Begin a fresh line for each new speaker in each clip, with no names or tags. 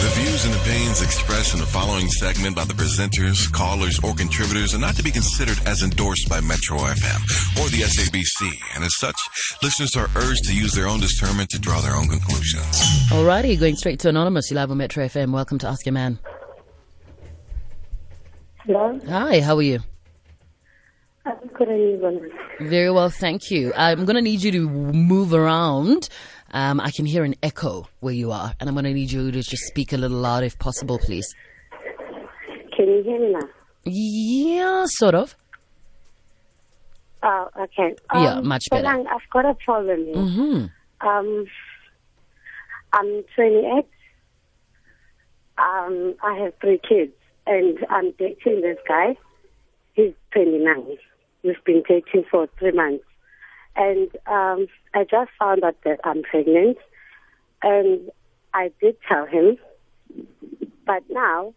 The views and opinions expressed in the following segment by the presenters, callers, or contributors are not to be considered as endorsed by Metro FM or the SABC, and as such, listeners are urged to use their own discernment to draw their own conclusions.
Alrighty, going straight to Anonymous, you live on Metro FM. Welcome to Ask Your Man.
Hello,
Hi, how are you?
I'm currently one.
Very well, thank you. I'm going to need you to move around. Um, I can hear an echo where you are, and I'm going to need you to just speak a little louder if possible, please.
Can you hear me now?
Yeah, sort of.
Oh, okay.
Yeah, much better. Mm-hmm.
Solange, I've got a problem. here. Um, I'm 28. Um, I have three kids, and I'm dating this guy. He's 29. We've been dating for three months, and um, I just found out that I'm pregnant, and I did tell him, but now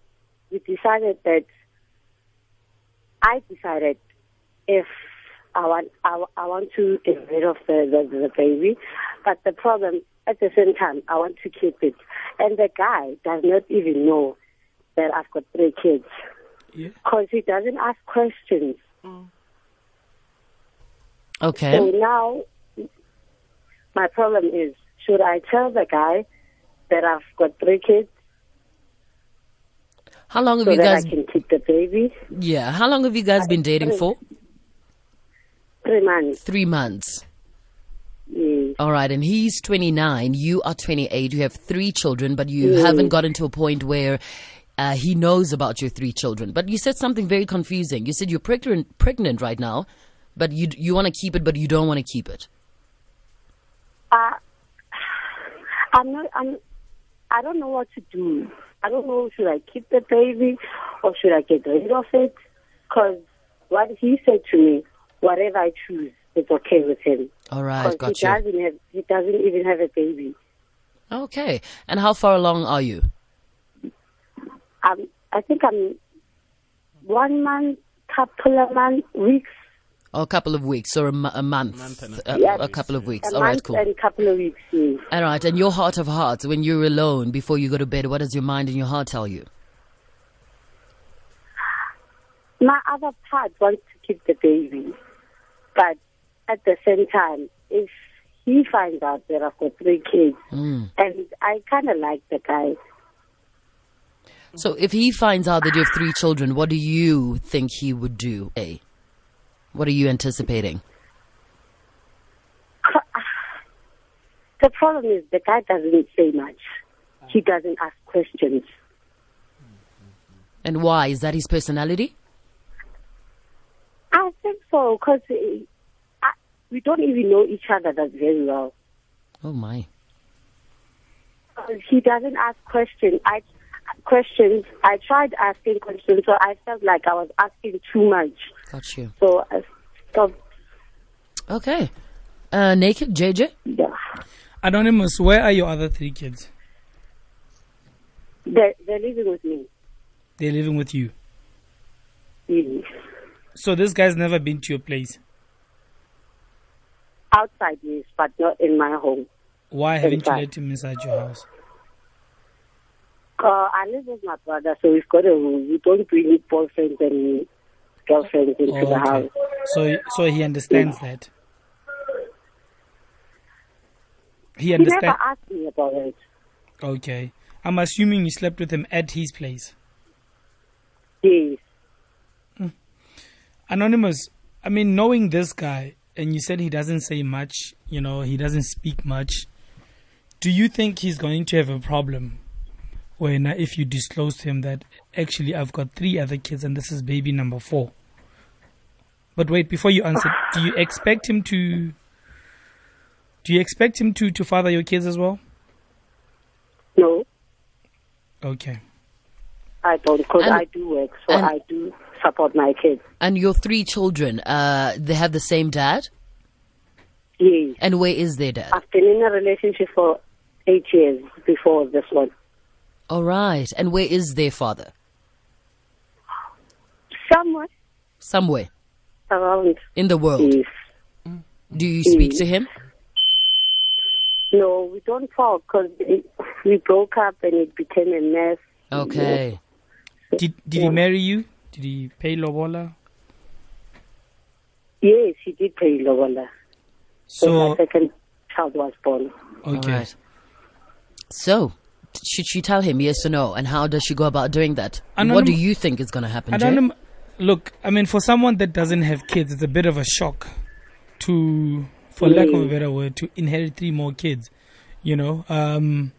we decided that I decided if I want I, wa- I want to get rid of the, the the baby, but the problem at the same time I want to keep it, and the guy does not even know that I've got three kids because he doesn't ask questions. So
Okay.
now my problem is should I tell the guy that I've got three kids
How long have
so
you
that
guys?
I can keep the baby?
Yeah, how long have you guys been dating for?
Three months.
Three months.
Mm.
All right, and he's 29, you are 28, you have three children, but you
Mm.
haven't gotten to a point where uh, he knows about your three children. But you said something very confusing. You said you're pregnant, pregnant right now, but you you want to keep it, but you don't want to keep it.
Uh, I'm not. I'm. I don't know what to do. I don't know. Should I keep the baby, or should I get rid of it? Because what he said to me, whatever I choose, it's okay with him.
All
'Cause
right, got
he
you.
doesn't have. He doesn't even have a baby.
Okay, and how far along are you?
Um, I think I'm one month, couple of month, weeks,
Oh, a couple of weeks or a mo- a month? A,
Yeah.
a couple of weeks.
a
All
month
right, cool.
and couple of weeks. yes.
All right, and your heart of hearts, when you're alone before you go to bed, what does your mind and your heart tell you?
my other part wants to keep the baby, but at the same time, if he finds out that I've got three kids,
Hmm.
and I kind of like the guy,
So if he finds out that you have three children, what do you think he would do? A. What are you anticipating?
the problem is the guy doesn't say much. He doesn't ask questions.
And why? Is that his personality?
I think so because we don't even know each other that very well.
Oh my.
he doesn't ask questions. I questions. I tried asking questions, so I felt like I was asking too much.
Got you.
So I stopped.
Okay. Uh, naked JJ?
Yeah.
Anonymous, where are your other three kids?
They're, they're living with me.
They're living with you.
Really.
So this guy's never been to your place.
Outside, yes, but not in my home.
Why haven't you
Inside.
let him inside your house?
Uh, I live with my brother, so we've got a rule. We don't bring boyfriends and girlfriends into
Oh,
the
okay.
house.
So so he understands that. He
He never
understands.
asked me about it.
Okay. I'm assuming you slept with him at his place.
Yes.
Anonymous, I mean, knowing this guy, and you said he doesn't say much, you know, he doesn't speak much. Do you think he's going to have a problem when uh, if you disclose to him that actually I've got three other kids and this is baby number four? But wait, before you answer, do you expect him to? Do you expect him to to father your kids as well?
No,
Okay.
I don't, because
And-
I do work, so
and-
I do support my kids.
And your three children, uh, they have the same dad?
Yes.
And where is their dad?
I've been in a relationship for eight years before this one.
All right. And where is their father?
Somewhere
Somewhere
around
Oh. in the world.
yes.
Do you speak to him?
No, we don't talk because we broke up and it became a mess.
Okay.
Did did he marry you? Did he pay Lobola?
Yes, he did pay Lobola. when my
So
second child was born.
okay.
All right. So, t- should she tell him yes or no? And how does she go about doing that? And what do
Anonym-
you think is going to happen,
I
Jay?
don't know. Look, I mean, for someone that doesn't have kids, it's a bit of a shock to, for lack of a
Mm.
better word, to inherit three more kids. You know, um,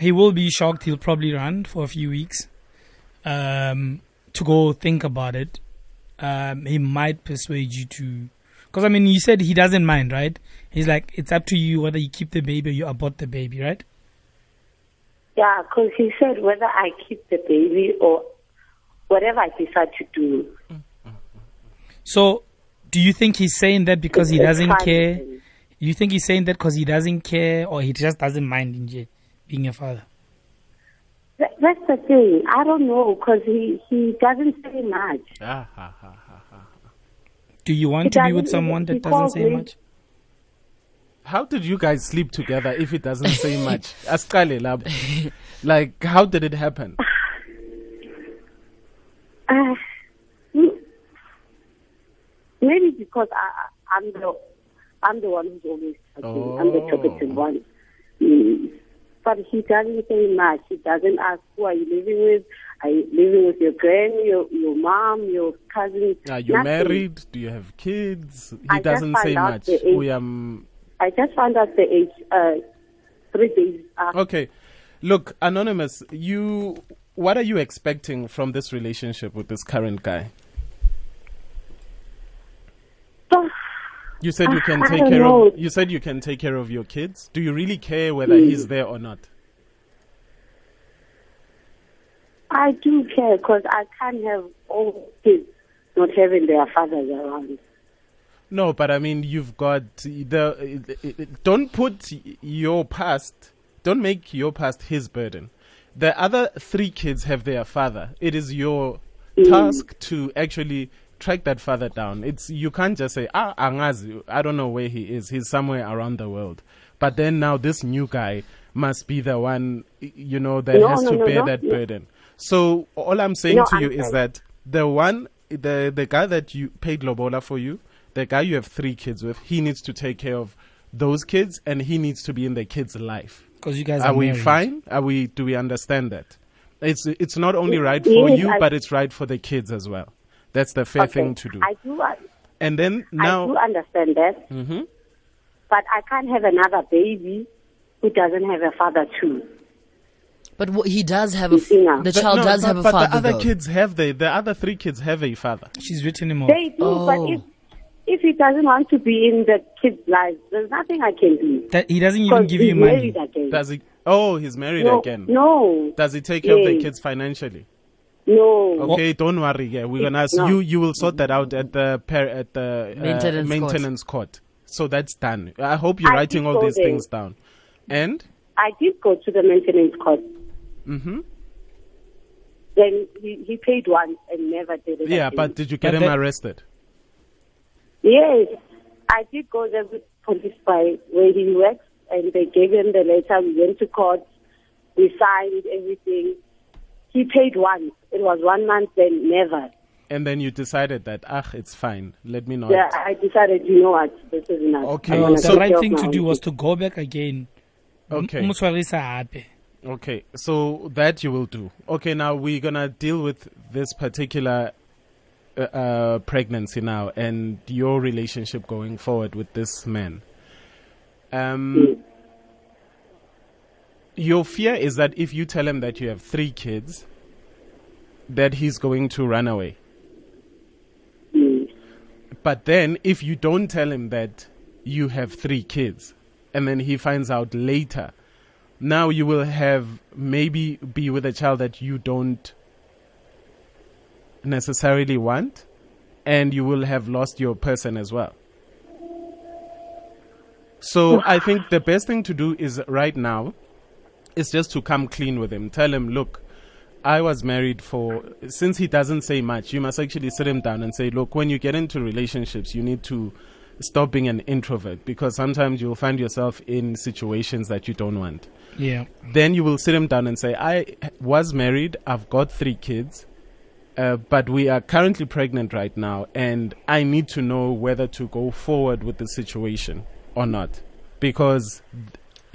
he will be shocked. He'll probably run for a few weeks um, to go think about it. Um, he might persuade you to, because I mean, you said he doesn't mind, right? He's like, it's up to you whether you keep the baby or you abort the baby, right?
Yeah, because he said whether I keep the baby or whatever I decide to do.
So, do you think he's saying that because he
it's
doesn't
fine.
care? You think he's saying that because he doesn't care, or he just doesn't mind Nje being a father?
That, that's the thing. I don't know because he, he doesn't say much.
Ah, ha, ha, ha, ha.
Do you want
He
to be with
doesn't-
someone
he
that doesn't
calls
say
me.
much?
How did you guys sleep together if it doesn't say much? Askale lab. Like, how did it happen?
Uh, mm, maybe because I, I- I'm the I'm the one who's always talking. I'm the
Oh.
talkative one. Mm. But he doesn't say much. He doesn't ask who are you living with. Are you living with your grand, your your mom, your cousin?
Are you
Nothing.
Ah, married? Do you have kids? He
I just
doesn't say
found out
much.
the age.
We am
I just found out the age uh, three days after.
okay. Look, anonymous. You, what are you expecting from this relationship with this current guy? Oh. You said you can
I
take
don't
care
know.
of. You said you can take care of your kids. Do you really care whether he's
Hmm.
there or not?
I do care because I can't have all kids not having their fathers around.
No, but I mean, you've got the. Don't put your past. Don't make your past his burden. The other three kids have their father. It is your
Mm.
task to actually track that father down. It's you can't just say, "Ah, Angazi, I don't know where he is. He's somewhere around the world." But then now this new guy must be the one, you know, that
No,
has
no,
to
no,
bear
no.
that burden. So all I'm saying
No,
to
I'm
you is
sorry.
that the one, the the guy that you paid lobola for you, the guy you have three kids with, he needs to take care of those kids, and he needs to be in the kids' life.
Because you guys are,
Are we
married.
fine? Are we? Do we understand that? It's it's not only right for
Yes,
you,
I-
but it's right for the kids as well. That's the fair thing to do.
I do. I,
and then
I
now,
do understand that,
Mhm.
but I can't have another baby who doesn't have a father too.
But wh- he does have a. F-
Yeah.
the
But
child
no,
does
but,
have a
but
father.
the other
though.
kids have the the other three kids have a father.
She's written him off.
They do, but
Oh.
if if he doesn't want to be in the kids' lives, there's nothing I can do.
That he doesn't even
Because
give
he's
you money.
married again.
Does he? Oh, he's married
no,
again.
no,
Does he take care of the
Yes.
kids financially?
no.
Okay, don't worry. Yeah, we're gonna ask
No.
you. You will sort that out at the par- at the uh,
Maintenance court.
maintenance court. So that's done. I hope you're
I
writing all
did go
these
there.
things down. And
I did go to the maintenance court.
hmm
Then he, he paid once and never did it.
yeah,
again.
but did you get
But
him
that-
arrested?
Yes, I did go there with police by where he works, and they gave him the letter. We went to court, we signed everything. He paid once. It was one month, then never.
And then you decided that ah, it's fine. Let me not.
Yeah, I decided, you know what, this is enough.
Okay.
I'm
No,
gonna
So-
the
take
right
care of
thing
my
to
own
do was
kids.
to go back again. M-
Okay.
moswarisa hape.
Okay, so that you will do. Okay, now we're gonna deal with this particular uh, uh, pregnancy now and your relationship going forward with this man. Um, your fear is that if you tell him that you have three kids, that he's going to run away.
Mm.
But then, if you don't tell him that you have three kids, and then he finds out later, now you will have maybe be with a child that you don't necessarily want, and you will have lost your person as well. So I think the best thing to do is right now is just to come clean with him. Tell him, look, I was married for since he doesn't say much, you must actually sit him down and say, look, when you get into relationships, you need to stop being an introvert because sometimes you'll find yourself in situations that you don't want.
Yeah.
Then you will sit him down and say, I was married, I've got three kids, uh, but we are currently pregnant right now, and I need to know whether to go forward with the situation or not because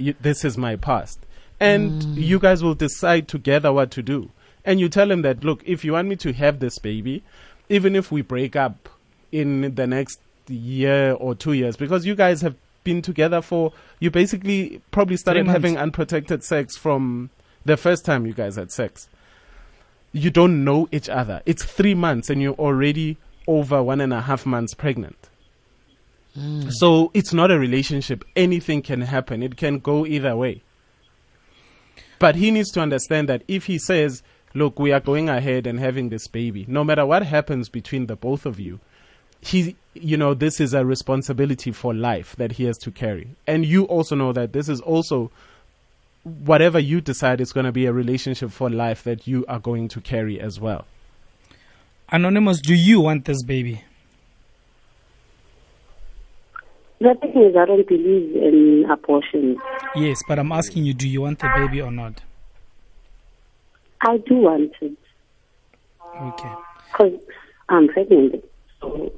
y- this is my past. And you guys will decide together what to do. And you tell him that, look, if you want me to have this baby, even if we break up in the next year or two years, because you guys have been together for, you basically probably started
months.
having unprotected sex from the first time you guys had sex you don't know each other. It's three months and you're already over one and a half months pregnant. So it's not a relationship. Anything can happen. It can go either way. But he needs to understand that if he says, Look, we are going ahead and having this baby, no matter what happens between the both of you, he you know, this is a responsibility for life that he has to carry. And you also know that this is also whatever you decide is going to be a relationship for life that you are going to carry as well.
Anonymous, do you want this baby?
The thing is, I don't believe in abortion.
Yes, but I'm asking you, do you want the baby or not?
I do want it
Okay.
because I'm pregnant. So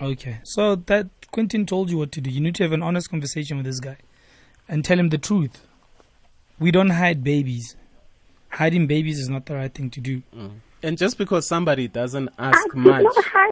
Okay. So that Quentin told you what to do. You need to have an honest conversation with this guy and tell him the truth. We don't hide babies. Hiding babies is not the right thing to do.
And just because somebody doesn't
I
ask
did
much.
not have